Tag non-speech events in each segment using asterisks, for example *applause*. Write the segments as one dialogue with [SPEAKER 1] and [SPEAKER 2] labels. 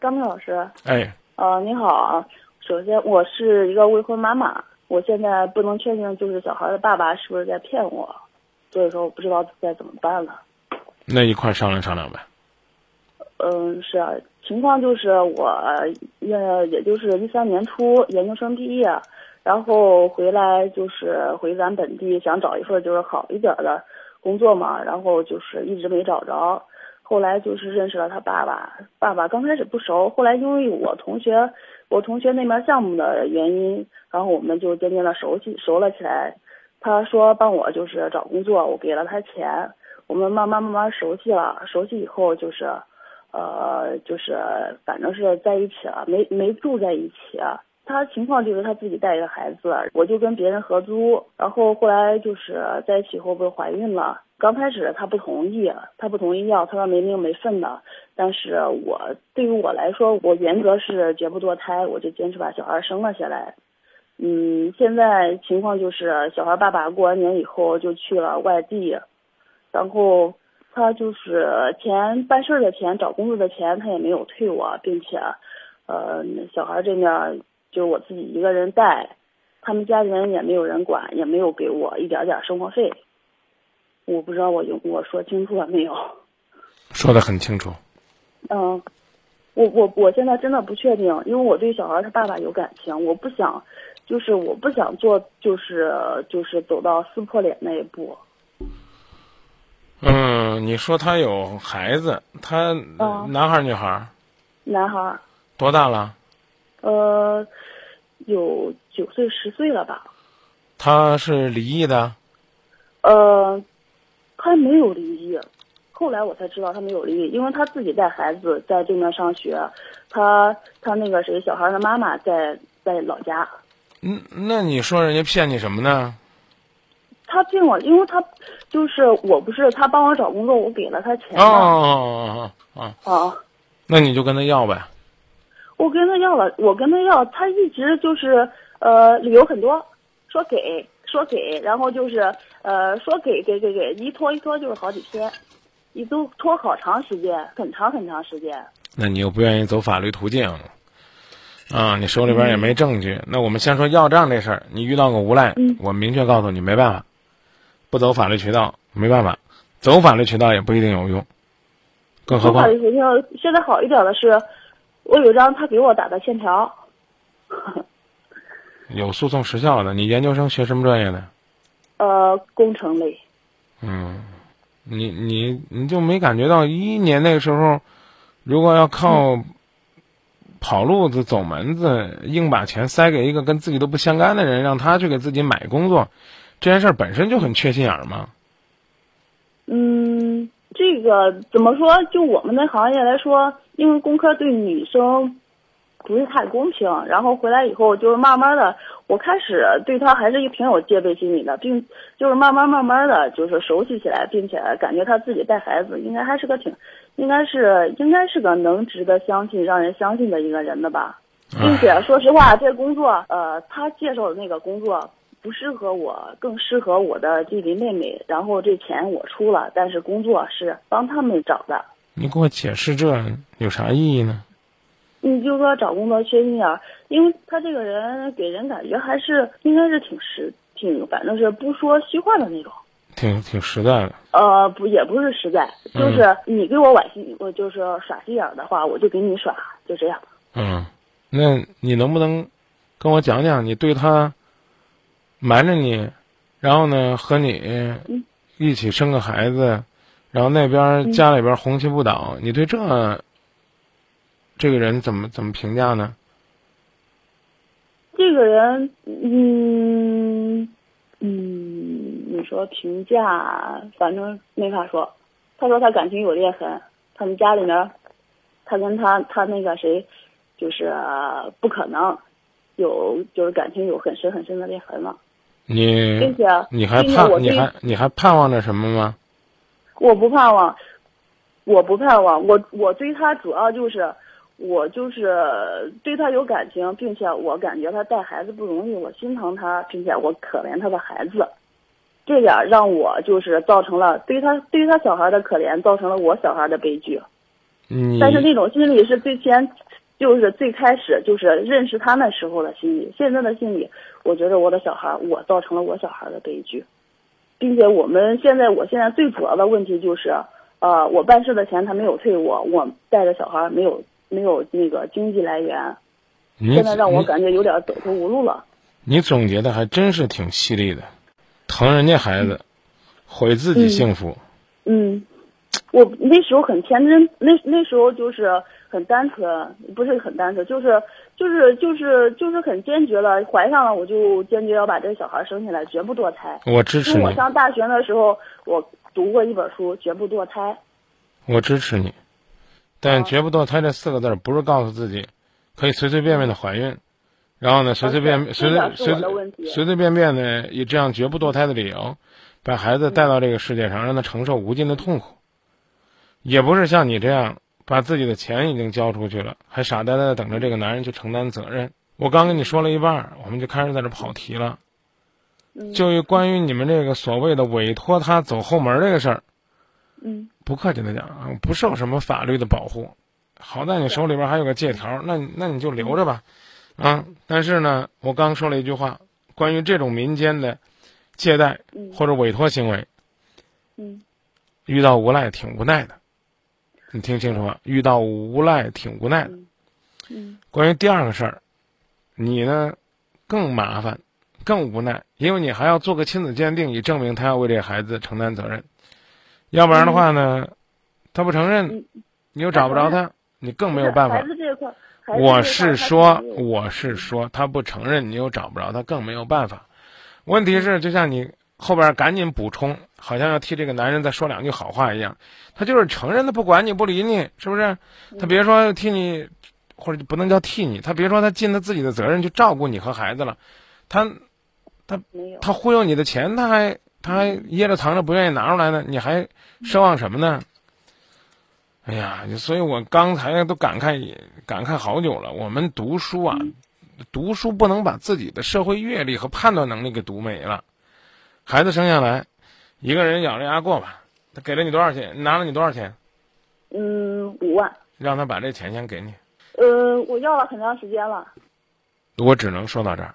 [SPEAKER 1] 张明老师，
[SPEAKER 2] 哎，
[SPEAKER 1] 呃，你好啊。首先，我是一个未婚妈妈，我现在不能确定就是小孩的爸爸是不是在骗我，所以说我不知道该怎么办了。
[SPEAKER 2] 那一块儿商量商量呗。
[SPEAKER 1] 嗯，是啊，情况就是我，呃，也就是一三年初呃研究生毕业，然后回来就是回咱本地，想找一份就是好一点的工作嘛，然后就是一直没找着，后来就是认识了他爸爸，爸爸刚开始不熟，后来因为我同学，呃我同学那边项目的原因，然后我们就渐渐的熟悉熟了起来，他说帮我就是找工作，我给了他钱，我们慢慢慢慢熟悉了，熟悉以后就是。呃，就是反正是在一起了，没没住在一起。啊他情况就是他自己带一个孩子，我就跟别人合租。然后后来就是在一起后不是怀孕了，刚开始他不同意，啊他不同意要，他说没名没分的。但是我对于我来说，我原则是绝不堕胎，我就坚持把小孩生了下来。嗯，现在情况就是小孩爸爸过完年以后就去了外地，然后。他就是钱办事儿的钱，找工作的钱，他也没有退我，并且，呃，小孩这面就我自己一个人带，他们家里人也没有人管，也没有给我一点点生活费。我不知道我我说清楚了没有？
[SPEAKER 2] 说的很清楚。
[SPEAKER 1] 嗯，我我我现在真的不确定，因为我对小孩他爸爸有感情，我不想，就是我不想做，就是就是走到撕破脸那一步。
[SPEAKER 2] 嗯，你说他有孩子，他男孩女孩？哦、
[SPEAKER 1] 男孩。
[SPEAKER 2] 多大了？
[SPEAKER 1] 呃，有九岁十岁了吧。
[SPEAKER 2] 他是离异的？
[SPEAKER 1] 呃，他没有离异，后来我才知道他没有离异，因为他自己带孩子在对面上学，他他那个谁小孩的妈妈在在老家。
[SPEAKER 2] 嗯，那你说人家骗你什么呢？
[SPEAKER 1] 他骗我，因为他就是我不是他帮我找工作，我给了他钱
[SPEAKER 2] 哦
[SPEAKER 1] 哦哦哦，
[SPEAKER 2] 那你就跟他要呗。
[SPEAKER 1] 我跟他要了，我跟他要，他一直就是呃理由很多，说给说给，然后就是呃说给给给给，一拖一拖就是好几天，一都拖好长时间，很长很长时间。
[SPEAKER 2] 那你又不愿意走法律途径，啊，你手里边也没证据。嗯、那我们先说要账这事儿，你遇到个无赖，
[SPEAKER 1] 嗯、
[SPEAKER 2] 我明确告诉你没办法。不走法律渠道没办法，走法律渠道也不一定有用，更何况
[SPEAKER 1] 法律途径现在好一点的是，我有张他给我打的欠条。
[SPEAKER 2] 有诉讼时效的，你研究生学什么专业的？
[SPEAKER 1] 呃，工程类。
[SPEAKER 2] 嗯，你你你就没感觉到一一年那个时候，如果要靠跑路子、走门子，硬把钱塞给一个跟自己都不相干的人，让他去给自己买工作。这件事本身就很缺心眼儿嘛。
[SPEAKER 1] 嗯，这个怎么说？就我们的行业来说，因为工科对女生不是太公平。然后回来以后，就是慢慢的，我开始对他还是挺有戒备心理的，并就是慢慢慢慢的就是熟悉起来，并且感觉他自己带孩子，应该还是个挺， *laughs* 应该是应该是个能值得相信、让人相信的一个人的吧。并且说实话，这工作，呃，他介绍的那个工作。不适合我，更适合我的弟弟妹妹。然后这钱我出了，但是工作是帮他们找的。
[SPEAKER 2] 你给我解释这有啥意义呢？
[SPEAKER 1] 你就说找工作缺心眼，因为他这个人给人感觉还是应该是挺实，挺反正是不说虚幻的那种。
[SPEAKER 2] 挺挺实在的。
[SPEAKER 1] 呃，不也不是实在，就是你给我崴心，我就是耍心眼的话，我就给你耍，就这样。
[SPEAKER 2] 嗯，那你能不能跟我讲讲你对他？瞒着你，然后呢，和你一起生个孩子，然后那边
[SPEAKER 1] 嗯
[SPEAKER 2] 家里边红旗不倒，你对这这个人怎么怎么评价呢？
[SPEAKER 1] 这个人，嗯嗯，你说评价，反正没法说。他说他感情有裂痕，他们家里面，他跟他他那个谁，就是啊不可能有就是感情有很深很深的裂痕了。
[SPEAKER 2] 你
[SPEAKER 1] 并且
[SPEAKER 2] 嗯你还
[SPEAKER 1] 我
[SPEAKER 2] 盼你还你还盼望着什么吗？
[SPEAKER 1] 我不盼望，我不盼望。我我对他主要就是我就是对他有感情，并且我感觉他带孩子不容易，我心疼他，并且我可怜他的孩子，这点让我就是造成了对他对他小孩的可怜，造成了我小孩的悲剧。
[SPEAKER 2] 你
[SPEAKER 1] 但是那种心理是最先就是最开始就是认识他那时候的心理，现在的心理，我觉得我的小孩，我造成了我小孩的悲剧，并且我们现在，我现在最主要的问题就是，呃，我办事的钱他没有退我，我带着小孩没有没有那个经济来源，
[SPEAKER 2] 你
[SPEAKER 1] 现在让我感觉有点走投无路了。
[SPEAKER 2] 你总结的还真是挺犀利的，疼人家孩子，毁自己幸福。
[SPEAKER 1] 嗯，嗯我那时候很天真，那那时候就是很单纯，不是很单纯，就是就是就是就是很坚决了，怀上了我就坚决要把这个小孩生下来，绝不堕胎。
[SPEAKER 2] 我支持你。
[SPEAKER 1] 我上大学的时候，我读过一本书《绝不堕胎》。
[SPEAKER 2] 我支持你，但“绝不堕胎”这四个字不是告诉自己可以随随便便的怀孕。然后呢，随随便随随随随随便便的以这样绝不堕胎的理由，把孩子带到这个世界上，让他承受无尽的痛苦，也不是像你这样把自己的钱已经交出去了，还傻呆呆的等着这个男人去承担责任。我刚跟你说了一半，我们就开始在这跑题了。就关于你们这个所谓的委托他走后门这个事儿，
[SPEAKER 1] 嗯，
[SPEAKER 2] 不客气的讲啊，不受什么法律的保护。好在你手里边还有个借条，那那你就留着吧。啊，但是呢，我刚说了一句话，关于这种民间的借贷或者委托行为，
[SPEAKER 1] 嗯，
[SPEAKER 2] 遇到无赖挺无奈的，你听清楚了，啊遇到无赖挺无奈的。
[SPEAKER 1] 嗯，
[SPEAKER 2] 关于第二个事儿，你呢更麻烦，更无奈，因为你还要做个亲子鉴定，以证明他要为这孩子承担责任，要不然的话呢，他不承认，你又找不着他，你更没有办法。
[SPEAKER 1] 孩子这块。
[SPEAKER 2] 我是说，我是
[SPEAKER 1] 嗯
[SPEAKER 2] 说，他不承认，你又找不着他，更没有办法。问
[SPEAKER 1] 嗯
[SPEAKER 2] 题是，就像你后边赶紧补充，好像要替这个男人再说两句好话一样，他就是承认他不管你不理你，是不是？
[SPEAKER 1] 嗯
[SPEAKER 2] 他别说替你，或者不能叫替你，他别说他尽他自己的责任去照顾你和孩子了，他他他忽悠你的钱，他还他还掖着藏着不愿意拿出来呢，你还奢望什么呢？哎呀，所以我刚才都感慨感慨好久了。我们读书啊，读书不能把自己的社会阅历和判断能力给读没了。孩子生下来，一个人咬着牙过吧。他给了你多少钱？拿了你多少钱？
[SPEAKER 1] 嗯，五万。
[SPEAKER 2] 让他把这钱先给你。
[SPEAKER 1] 呃，我要了很长时间了。
[SPEAKER 2] 我只能说到这儿。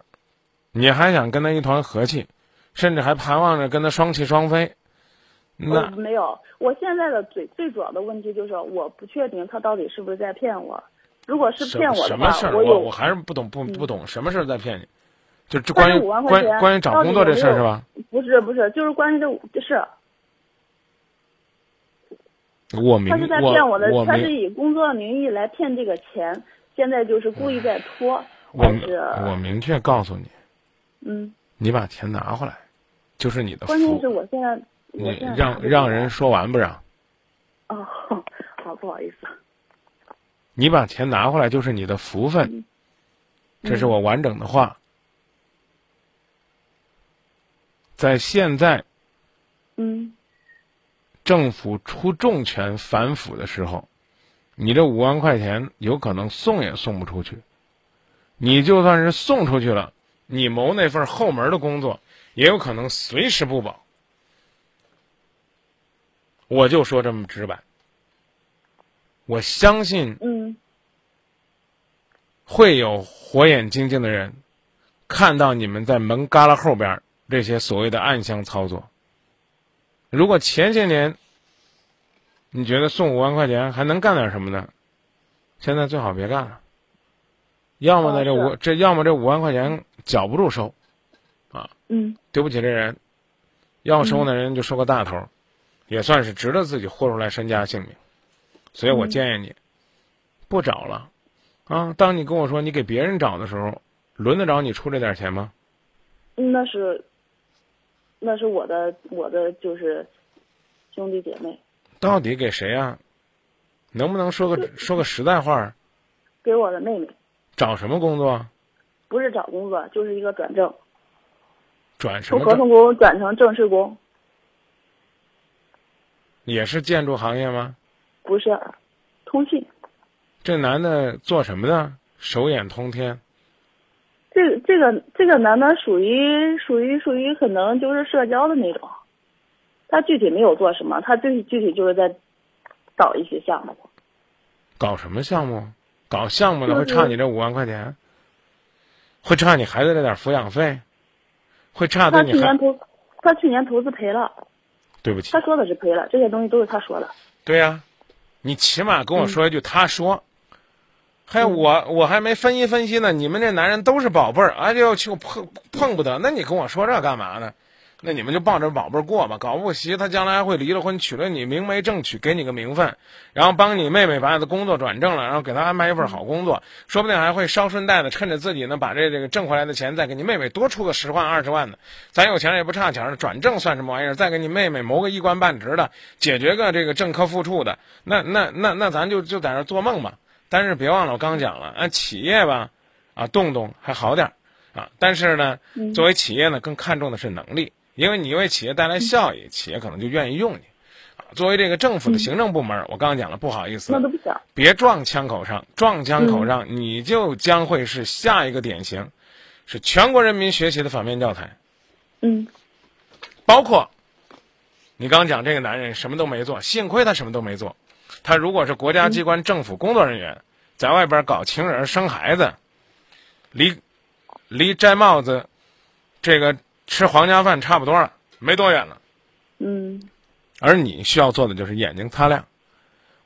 [SPEAKER 2] 你还想跟他一团和气，甚至还盼望着跟他双气双飞。那
[SPEAKER 1] 没有，我现在的最最主要的问题就是，我不确定他到底是不是在骗我。如果是骗我的话，
[SPEAKER 2] 什么事
[SPEAKER 1] 我
[SPEAKER 2] 我我还是不懂不不懂、嗯、什么事儿在骗你，就这关于关关于找工作这事
[SPEAKER 1] 儿
[SPEAKER 2] 是吧？
[SPEAKER 1] 不是不是，就是关于这事。
[SPEAKER 2] 我明
[SPEAKER 1] 他是在骗我的，他是以工作名义来骗这个钱，现在就是故
[SPEAKER 2] 嗯
[SPEAKER 1] 意在拖。
[SPEAKER 2] 我
[SPEAKER 1] 我
[SPEAKER 2] 明确告诉你，
[SPEAKER 1] 嗯，
[SPEAKER 2] 你把钱拿回来，就是你的。
[SPEAKER 1] 关键是我现在。
[SPEAKER 2] 你让让人说完不让？
[SPEAKER 1] 哦，好不好意思。
[SPEAKER 2] 你把钱拿回来就是你的福分，
[SPEAKER 1] 嗯、
[SPEAKER 2] 这是我完整的话。在现在，
[SPEAKER 1] 嗯，
[SPEAKER 2] 政府出重拳反腐的时候，你这五万块钱有可能送也送不出去。你就算是送出去了，你谋那份后门的工作，也有可能随时不保。我就说这么直白，我相信，
[SPEAKER 1] 嗯，
[SPEAKER 2] 会有火眼金睛的人看到你们在门旮旯后边这些所谓的暗箱操作。如果前些年你觉得送五万块钱还能干点什么呢？现在最好别干了，要么呢这五这要么这五万块钱绞不住收，啊，
[SPEAKER 1] 嗯，
[SPEAKER 2] 对不起这人，要收那人就收个大头。也算是值得自己豁出来身家性命，所以我
[SPEAKER 1] 嗯
[SPEAKER 2] 建议你不找了啊！当你跟我说你给别人找的时候，轮得着你出这点钱吗？
[SPEAKER 1] 嗯那是，那是我的我的就是兄弟姐妹。
[SPEAKER 2] 到底给谁啊？能不能说个说个实在话？
[SPEAKER 1] 给我的妹妹。
[SPEAKER 2] 找什么工作？
[SPEAKER 1] 不是找工作，就是一个转正。
[SPEAKER 2] 转什
[SPEAKER 1] 么？从合同工转成正式工。
[SPEAKER 2] 也是建筑行业吗？
[SPEAKER 1] 不是，通信。
[SPEAKER 2] 这男的做什么的？手眼通天。
[SPEAKER 1] 这个、这个这个男的属于属于属于可能就是社交的那种，他具体没有做什么，他具体具体就是在搞一些项目。
[SPEAKER 2] 搞什么项目？搞项目的会差你这五万块钱，会差你孩子这点抚养费，会差
[SPEAKER 1] 他去
[SPEAKER 2] 对你
[SPEAKER 1] 年
[SPEAKER 2] 孩
[SPEAKER 1] 投，他去年投资赔了，
[SPEAKER 2] 对不起
[SPEAKER 1] 他，说的是赔了，这些东西都是他说的。
[SPEAKER 2] 对呀、嗯你起码跟我说一句，他说，还有我我还没分析分析呢，你们这男人都是宝贝儿，哎呦去我碰碰不得，那你跟我说这干嘛呢？那你们就抱着宝贝儿过吧，搞不齐他将来还会离了婚，娶了你，明媒正娶，给你个名分，然后帮你妹妹把你的工作转正了，然后给她安排一份好工作，说不定还会捎顺带的趁着自己呢，把这这个挣回来的钱再给你妹妹多出个十万二十万的，咱有钱人也不差钱儿，转正算什么玩意儿？再给你妹妹谋个一官半职的，解决个这个正科副处的，那那那那咱就就在那儿做梦吧。但是别忘了，我刚讲了，按企业吧，啊，动动还好点儿啊。但是呢，
[SPEAKER 1] 嗯
[SPEAKER 2] 作为企业呢，更看重的是能力，因为你为企业带
[SPEAKER 1] 嗯
[SPEAKER 2] 来效益，企业可能就愿意用你。啊作为这个政府的行政部门，我刚刚讲了，不好意思，
[SPEAKER 1] 嗯那都不嗯想。
[SPEAKER 2] 别撞枪口上，撞枪口上，你就将会是下一个典型，是全国人民学习的反面教材。
[SPEAKER 1] 嗯
[SPEAKER 2] 包括你刚讲这个男人什么都没做，幸亏他什么都没做。他如果是国家机关、政府工作人员，在外边搞情人、生孩子，离离摘帽子，这个吃皇家饭差不多了，没多远了。
[SPEAKER 1] 嗯
[SPEAKER 2] 而你需要做的就是眼睛擦亮。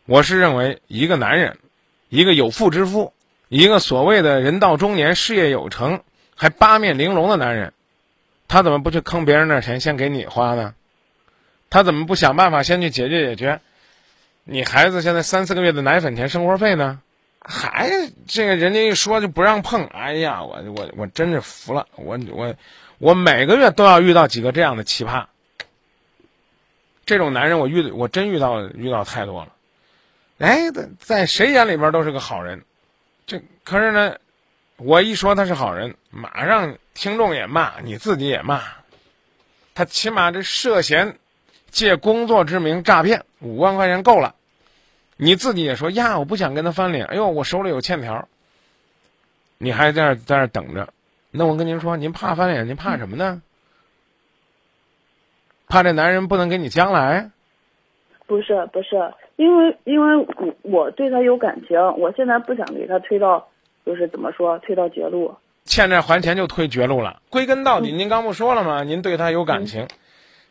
[SPEAKER 2] 我是认为，一个男人，一个有妇之夫，一个所谓的人到中年、事业有成、还八面玲珑的男人，他怎么不去坑别人那钱先给你花呢？他怎么不想办法先去解决解决你孩子现在三四个月的奶粉钱、生活费呢？还这个人家一说就不让碰，哎呀，我我我真是服了，我我我每个月都要遇到几个这样的奇葩。这种男人我遇我真遇到遇到太多了，哎，在在谁眼里边都是个好人，这可是呢，我一说他是好人，马上听众也骂，你自己也骂，他起码这涉嫌借工作之名诈骗五万块钱够了，你自己也说呀，我不想跟他翻脸，哎呦，我手里有欠条，你还在那儿在那儿等着，那我跟您说，您怕翻脸，您怕什么呢？怕这男人不能给你将来？
[SPEAKER 1] 不是不是，因为因为我我对他有感情，我现在不想给他推到，就是怎么说，推到绝路。
[SPEAKER 2] 欠债还钱就推绝路了。归根到底，您刚不说了吗？您对他有感情，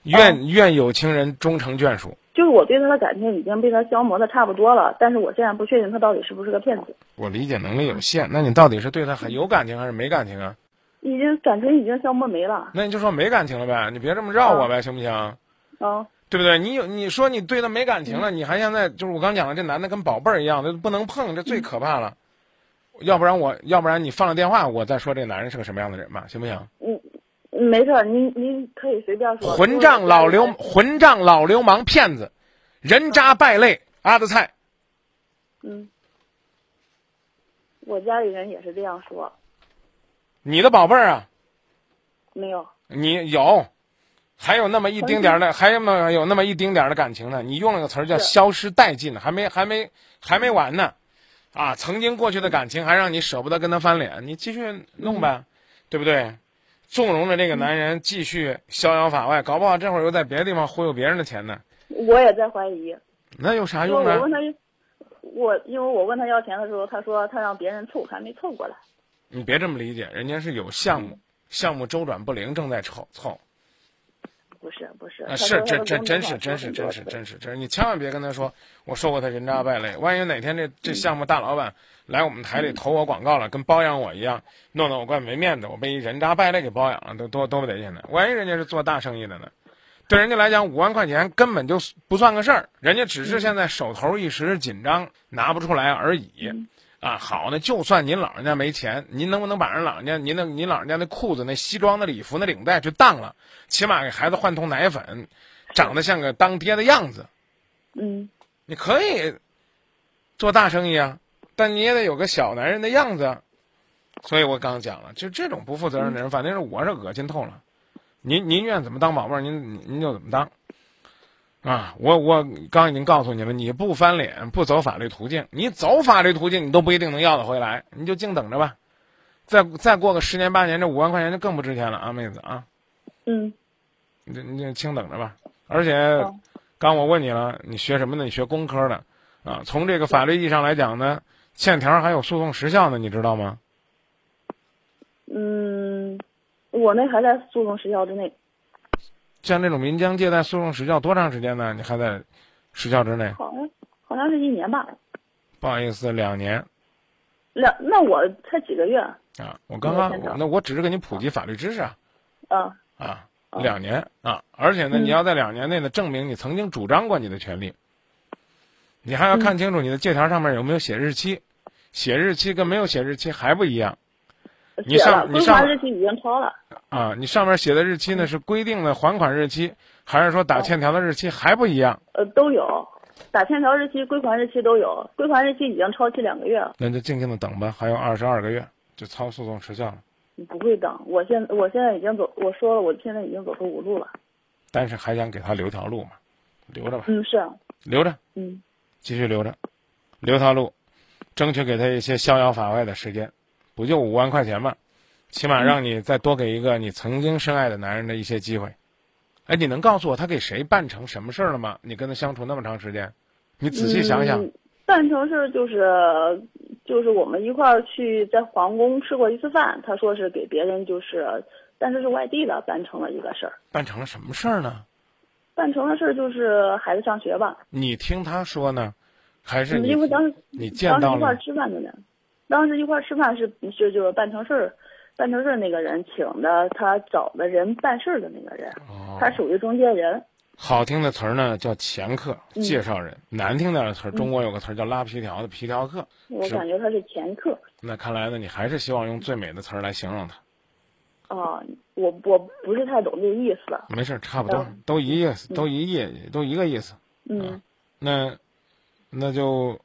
[SPEAKER 2] 愿愿有情人终成眷属。
[SPEAKER 1] 就是我对他的感情已经被他消磨的差不多了，但是我现在不确定他到底是不是个骗子，
[SPEAKER 2] 我理解能力有限，那你到底是对他还有感情还是没感情啊？
[SPEAKER 1] 已经感情已经消磨没了。
[SPEAKER 2] 那你就说没感情了呗，你别这么绕我呗，行不行？
[SPEAKER 1] 啊，
[SPEAKER 2] 对不对？你有你说你对他没感情了，你还现在就是我刚讲的，这男的跟宝贝儿一样，这不能碰，这最可怕了。要不然我，要不然你放了电话，我再说这男人是个什么样的人吧，行不行？
[SPEAKER 1] 没事儿，您您可以随便说。
[SPEAKER 2] 混账老流
[SPEAKER 1] 就是
[SPEAKER 2] 混账老流氓骗子，人渣败类阿德菜。
[SPEAKER 1] 嗯，我家里人也是这样说，
[SPEAKER 2] 你的宝贝儿啊，
[SPEAKER 1] 没有。
[SPEAKER 2] 你有，还有那么一丁点儿的，还有么有那么一丁点儿的感情呢？你用了个词儿叫“
[SPEAKER 1] 是
[SPEAKER 2] 消失殆尽”，还没还没还没完呢，啊，曾经过去的感情还让你舍不得跟他翻脸，你继续弄呗，对不对？纵容着这个男人继续逍遥法外，搞不好这会儿又在别的地方忽悠别人的钱呢，
[SPEAKER 1] 我也在怀疑，
[SPEAKER 2] 那有啥
[SPEAKER 1] 因为
[SPEAKER 2] 用呢
[SPEAKER 1] 我？问他，我因为我问他要钱的时候，他说他让别人凑，还没凑过来。
[SPEAKER 2] 你别这么理解，人家是有项目，项目周转不灵，正在凑凑。
[SPEAKER 1] 不是不是，
[SPEAKER 2] 啊，
[SPEAKER 1] 他
[SPEAKER 2] 是
[SPEAKER 1] 说他
[SPEAKER 2] 这
[SPEAKER 1] 的
[SPEAKER 2] 这
[SPEAKER 1] 工
[SPEAKER 2] 真
[SPEAKER 1] 资
[SPEAKER 2] 是
[SPEAKER 1] 上说
[SPEAKER 2] 真是
[SPEAKER 1] 很
[SPEAKER 2] 真
[SPEAKER 1] 多
[SPEAKER 2] 是
[SPEAKER 1] 次
[SPEAKER 2] 真是真是，你千万别跟他说我说过他人渣败类，万一哪天这
[SPEAKER 1] 嗯
[SPEAKER 2] 这项目大老板来我们台里投我广告了，跟包养我一样，弄得我怪没面子，我被一人渣败类给包养了，多多多不得劲呢。万一人家是做大生意的呢？对人家来讲，五万块钱根本就不算个事儿，人家只是
[SPEAKER 1] 嗯
[SPEAKER 2] 现在手头一时紧张拿不出来而已。
[SPEAKER 1] 嗯
[SPEAKER 2] 啊，好呢，就算您老人家没钱，您能不能把人老人家您的您老人家那裤子、那西装、那礼服、那领带去当了，起码给孩子换桶奶粉，长得像个当爹的样子。
[SPEAKER 1] 嗯
[SPEAKER 2] 你可以做大生意啊，但你也得有个小男人的样子啊。所以我刚讲了，就这种不负责任的人，反正是我是恶心透了。您您愿怎么当宝贝儿，您您您就怎么当。啊，我我刚已经告诉你了，你不翻脸，不走法律途径，你走法律途径，你都不一定能要得回来，你就静等着吧。再再过个十年八年，这五万块钱就更不值钱了啊，妹子啊，
[SPEAKER 1] 嗯，
[SPEAKER 2] 你就你就清等着吧。而且
[SPEAKER 1] 好
[SPEAKER 2] 刚我问你了，你学什么的？你学工科的，啊，从这个法律意义上来讲呢，欠条还有诉讼时效呢，你知道吗？
[SPEAKER 1] 嗯，我那还在诉讼时效之内。
[SPEAKER 2] 像这种民江借贷诉讼时效多长时间呢？你还在时效之内？
[SPEAKER 1] 好像好像是一年吧，
[SPEAKER 2] 不好意思，两年
[SPEAKER 1] 两那我才几个月啊
[SPEAKER 2] 啊！我刚
[SPEAKER 1] 我
[SPEAKER 2] 刚
[SPEAKER 1] 先找
[SPEAKER 2] 我那我只是给你普及法律知识啊
[SPEAKER 1] 啊
[SPEAKER 2] 啊，
[SPEAKER 1] 哦
[SPEAKER 2] 两年啊！而且呢，
[SPEAKER 1] 嗯
[SPEAKER 2] 你要在两年内呢证明你曾经主张过你的权利，你
[SPEAKER 1] 嗯
[SPEAKER 2] 还要看清楚你的借条上面有没有写日期，写日期跟没有写日期还不一样。你
[SPEAKER 1] 写了
[SPEAKER 2] 上你
[SPEAKER 1] 归
[SPEAKER 2] 上
[SPEAKER 1] 还日期已经超了，
[SPEAKER 2] 啊，你上面写的日期呢是规定的还款日期，还是说打欠条的日期还不一样？
[SPEAKER 1] 呃，都有，打欠条日期、归还日期都有，归还日期已经超期两个月了，
[SPEAKER 2] 那就静静的等吧，还有二十二个月就超诉讼时效了。
[SPEAKER 1] 你不会等。我现我现在已经走，我说了，我现在已经走投无路了。
[SPEAKER 2] 但是还想给他留条路嘛，留着吧，
[SPEAKER 1] 嗯，是，
[SPEAKER 2] 留着，
[SPEAKER 1] 嗯，
[SPEAKER 2] 继续留着，留条路，争取给他一些逍遥法外的时间，不就五万块钱嘛，起码让你再多给一个你曾经深爱的男人的一些机会。哎，你能告诉我他给谁办成什么事儿了吗？你跟他相处那么长时间，你仔细想想，
[SPEAKER 1] 嗯办成事儿就是就是我们一块儿去在皇宫吃过一次饭，他说是给别人就是，但是是外地的，办成了一个事儿。
[SPEAKER 2] 办成了什么事儿呢？
[SPEAKER 1] 办成的事儿就是孩子上学吧，
[SPEAKER 2] 你听他说呢，还是你
[SPEAKER 1] 嗯因为当时
[SPEAKER 2] 你见
[SPEAKER 1] 当时
[SPEAKER 2] 到
[SPEAKER 1] 一块儿
[SPEAKER 2] 了
[SPEAKER 1] 吃饭的人，当时一块儿吃饭是是就是办成事儿，办成事儿那个人请的他找的人办事儿的那个人，
[SPEAKER 2] 哦
[SPEAKER 1] 他属于中介人。
[SPEAKER 2] 好听的词儿呢叫掮客、
[SPEAKER 1] 嗯
[SPEAKER 2] 介绍人，难听点儿的词儿，中国有个词儿叫拉皮条的皮条客。
[SPEAKER 1] 我
[SPEAKER 2] 是
[SPEAKER 1] 感觉他是前客
[SPEAKER 2] 那看来呢，你还是希望用最美的词儿来形容他。
[SPEAKER 1] 啊，我我不是太懂这意思。
[SPEAKER 2] 没事儿，差不多
[SPEAKER 1] 嗯，
[SPEAKER 2] 都一意思，都一意，都一个意思。
[SPEAKER 1] 嗯，
[SPEAKER 2] 啊那那就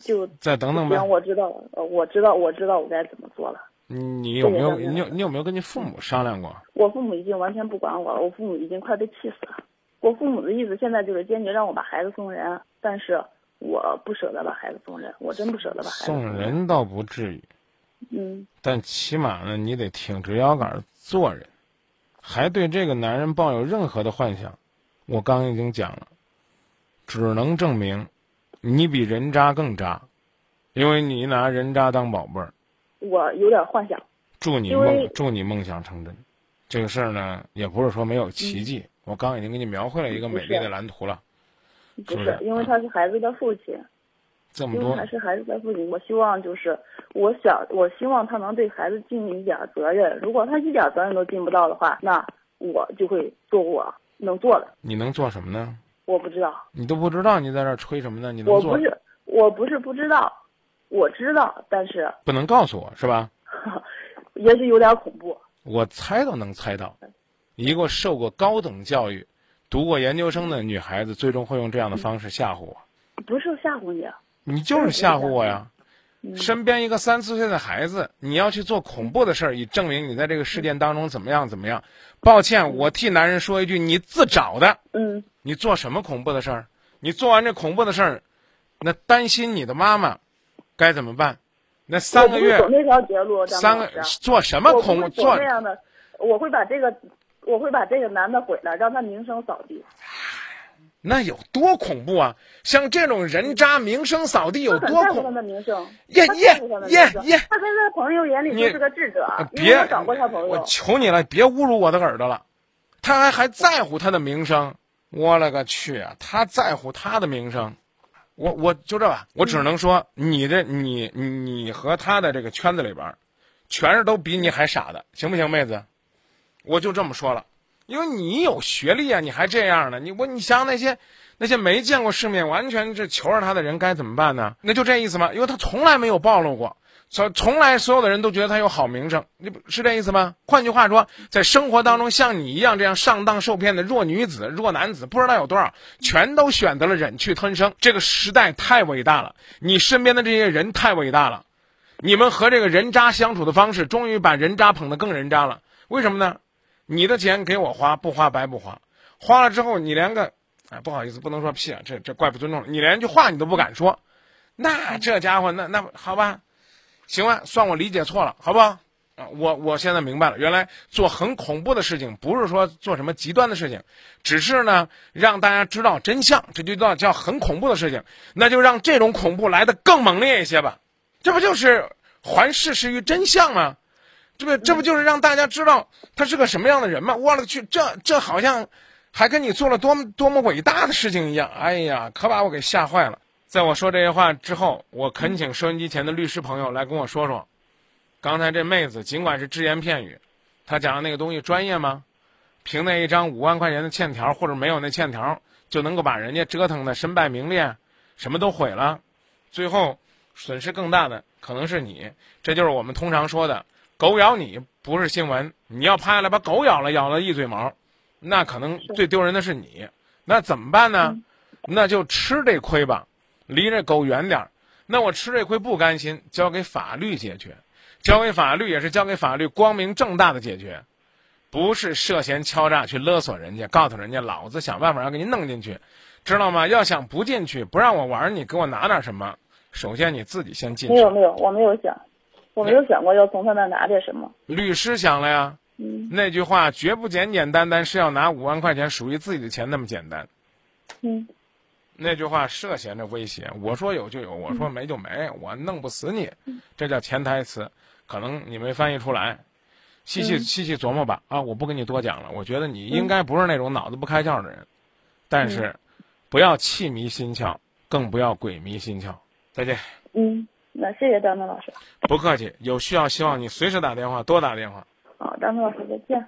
[SPEAKER 1] 就
[SPEAKER 2] 再等等呗
[SPEAKER 1] 行，。我知道了，呃我知道，我知道我该怎么做了。
[SPEAKER 2] 你有没有
[SPEAKER 1] 对对对
[SPEAKER 2] 你有你有没有跟你父母商量过？
[SPEAKER 1] 我父母已经完全不管我了，我父母已经快被气死了。我父母的意思现在就是坚决让我把孩子送人，但是我不舍得把孩子送人，我真不舍得把孩子
[SPEAKER 2] 送
[SPEAKER 1] 人。
[SPEAKER 2] 人倒不至于，
[SPEAKER 1] 嗯，
[SPEAKER 2] 但起码呢，你得挺直腰杆儿做人，还对这个男人抱有任何的幻想。我刚已经讲了，只能证明你比人渣更渣，因为你拿人渣当宝贝儿。
[SPEAKER 1] 我有点幻想。
[SPEAKER 2] 祝你
[SPEAKER 1] 因为
[SPEAKER 2] 梦，祝你梦想成真。这个事儿呢，也不是说没有奇
[SPEAKER 1] 嗯
[SPEAKER 2] 迹。我刚已经给你描绘了一个美丽的蓝图了。
[SPEAKER 1] 不
[SPEAKER 2] 是不
[SPEAKER 1] 是，
[SPEAKER 2] 是
[SPEAKER 1] 因为他是孩子的父亲，
[SPEAKER 2] 这么
[SPEAKER 1] 因为
[SPEAKER 2] 多
[SPEAKER 1] 他，是孩子的父亲，我希望就是，我想，我希望他能对孩子尽一点责任。如果他一点责任都尽不到的话，那我就会做我能做的。
[SPEAKER 2] 你能做什么呢？
[SPEAKER 1] 我不知道，
[SPEAKER 2] 你都不知道你在这儿吹什么呢？你能
[SPEAKER 1] 我
[SPEAKER 2] 做
[SPEAKER 1] 不？是，我不是不知道，我知道，但是
[SPEAKER 2] 不能告诉我是吧？
[SPEAKER 1] 也许有点恐怖。
[SPEAKER 2] 我猜都能猜到，一个受过高等教育、读过研究生的女孩子，最终会用这样的方式吓唬我。
[SPEAKER 1] 不是吓唬你，啊
[SPEAKER 2] 你就是吓唬我呀！
[SPEAKER 1] 嗯
[SPEAKER 2] 身边一个三四岁的孩子，你要去做恐怖的事儿，以证明你在这个事件当中怎么样怎么样。抱歉，我替男人说一句，你自找的。
[SPEAKER 1] 嗯，
[SPEAKER 2] 你做什么恐怖的事儿？你做完这恐怖的事儿，那担心你的妈妈该怎么办？那三个
[SPEAKER 1] 我
[SPEAKER 2] 月
[SPEAKER 1] 不会走，那条绝路，张
[SPEAKER 2] 三
[SPEAKER 1] 老师
[SPEAKER 2] 个做什么
[SPEAKER 1] 我不
[SPEAKER 2] 恐
[SPEAKER 1] 会
[SPEAKER 2] 做
[SPEAKER 1] 走那样的，我会把这个，我会把这个男的毁了，让他名声扫地。
[SPEAKER 2] 那有多恐怖啊？像这种人渣名声扫地有
[SPEAKER 1] 他很
[SPEAKER 2] 多
[SPEAKER 1] 在乎他
[SPEAKER 2] 恐？
[SPEAKER 1] 的名声，
[SPEAKER 2] 耶
[SPEAKER 1] 他
[SPEAKER 2] 耶
[SPEAKER 1] 在乎他的名
[SPEAKER 2] 耶
[SPEAKER 1] 声
[SPEAKER 2] 耶
[SPEAKER 1] 他在他朋友眼里
[SPEAKER 2] 你呃
[SPEAKER 1] 就是个智者，因为
[SPEAKER 2] 别
[SPEAKER 1] 我找过他朋
[SPEAKER 2] 我
[SPEAKER 1] 友，
[SPEAKER 2] 求你了，别侮辱我的耳朵了。他还还在乎他的名声，我勒个去啊！他在乎他的名声，我我就这吧，我只能说，你这你你你和他的这个圈子里边儿，全是都比你还傻的，行不行，妹子？我就这么说了，因为你有学历啊，你还这样呢？你我你想想那些那些没见过世面，完全是求着他的人该怎么办呢？那就这意思吗？因为他从来没有暴露过，从从来所有的人都觉得他有好名声，你不是这意思吗？换句话说，在生活当中像你一样这样上当受骗的弱女子、弱男子，不知道有多少，全都选择了忍气吞声。这个时代太伟大了，你身边的这些人太伟大了。你们和这个人渣相处的方式，终于把人渣捧得更人渣了。为什么呢？你的钱给我花，不花白不花，花了之后你连个，哎，不好意思，不能说屁啊，这这怪不尊重了。你连句话你都不敢说，那这家伙，那那好吧，行吧，算我理解错了，好不好？啊，我我现在明白了，原来做很恐怖的事情，不是说做什么极端的事情，只是呢让大家知道真相，这就叫叫很恐怖的事情，那就让这种恐怖来的更猛烈一些吧。这不就是还事实于真相吗？这不这不就是让大家知道他是个什么样的人吗？我勒去，这这好像还跟你做了多么多么伟大的事情一样。哎呀，可把我给吓坏了。在我说这些话之后，我恳请收音机前的律师朋友来跟我说说，刚才这妹子尽管是只言片语，她讲的那个东西专业吗？凭那一张五万块钱的欠条或者没有那欠条，就能够把人家折腾的身败名裂，什么都毁了，最后损失更大的可能是你。这就是我们通常说的“狗咬你”不是新闻，你要趴下来把狗咬了，咬了一嘴毛，那可能最丢人的是你。那怎么办呢？
[SPEAKER 1] 嗯
[SPEAKER 2] 那就吃这亏吧。离这狗远点儿，那我吃这亏不甘心，交给法律解决，交给法律也是交给法律光明正大的解决，不是涉嫌敲诈去勒索人家，告诉人家老子想办法要给你弄进去，知道吗？要想不进去，不让我玩，你给我拿点什么？首先你自己先进去。
[SPEAKER 1] 没有没有，我没有想，我没有想过要从他那拿点什么。
[SPEAKER 2] 律师想了呀，
[SPEAKER 1] 嗯
[SPEAKER 2] 那句话绝不简简单单是要拿五万块钱属于自己的钱那么简单。
[SPEAKER 1] 嗯
[SPEAKER 2] 那句话涉嫌着威胁，我说有就有，我说没就没，我弄不死你，这叫潜台词，可能你没翻译出来，细细
[SPEAKER 1] 嗯
[SPEAKER 2] 细细琢磨吧。啊，我不跟你多讲了，我觉得你应该不是那种脑子不开窍的人，但是不要气迷心窍，更不要鬼迷心窍。再见，
[SPEAKER 1] 嗯，那谢谢丹丹老师。
[SPEAKER 2] 不客气，有需要希望你随时打电话，多打电话。
[SPEAKER 1] 好，丹丹老师再见。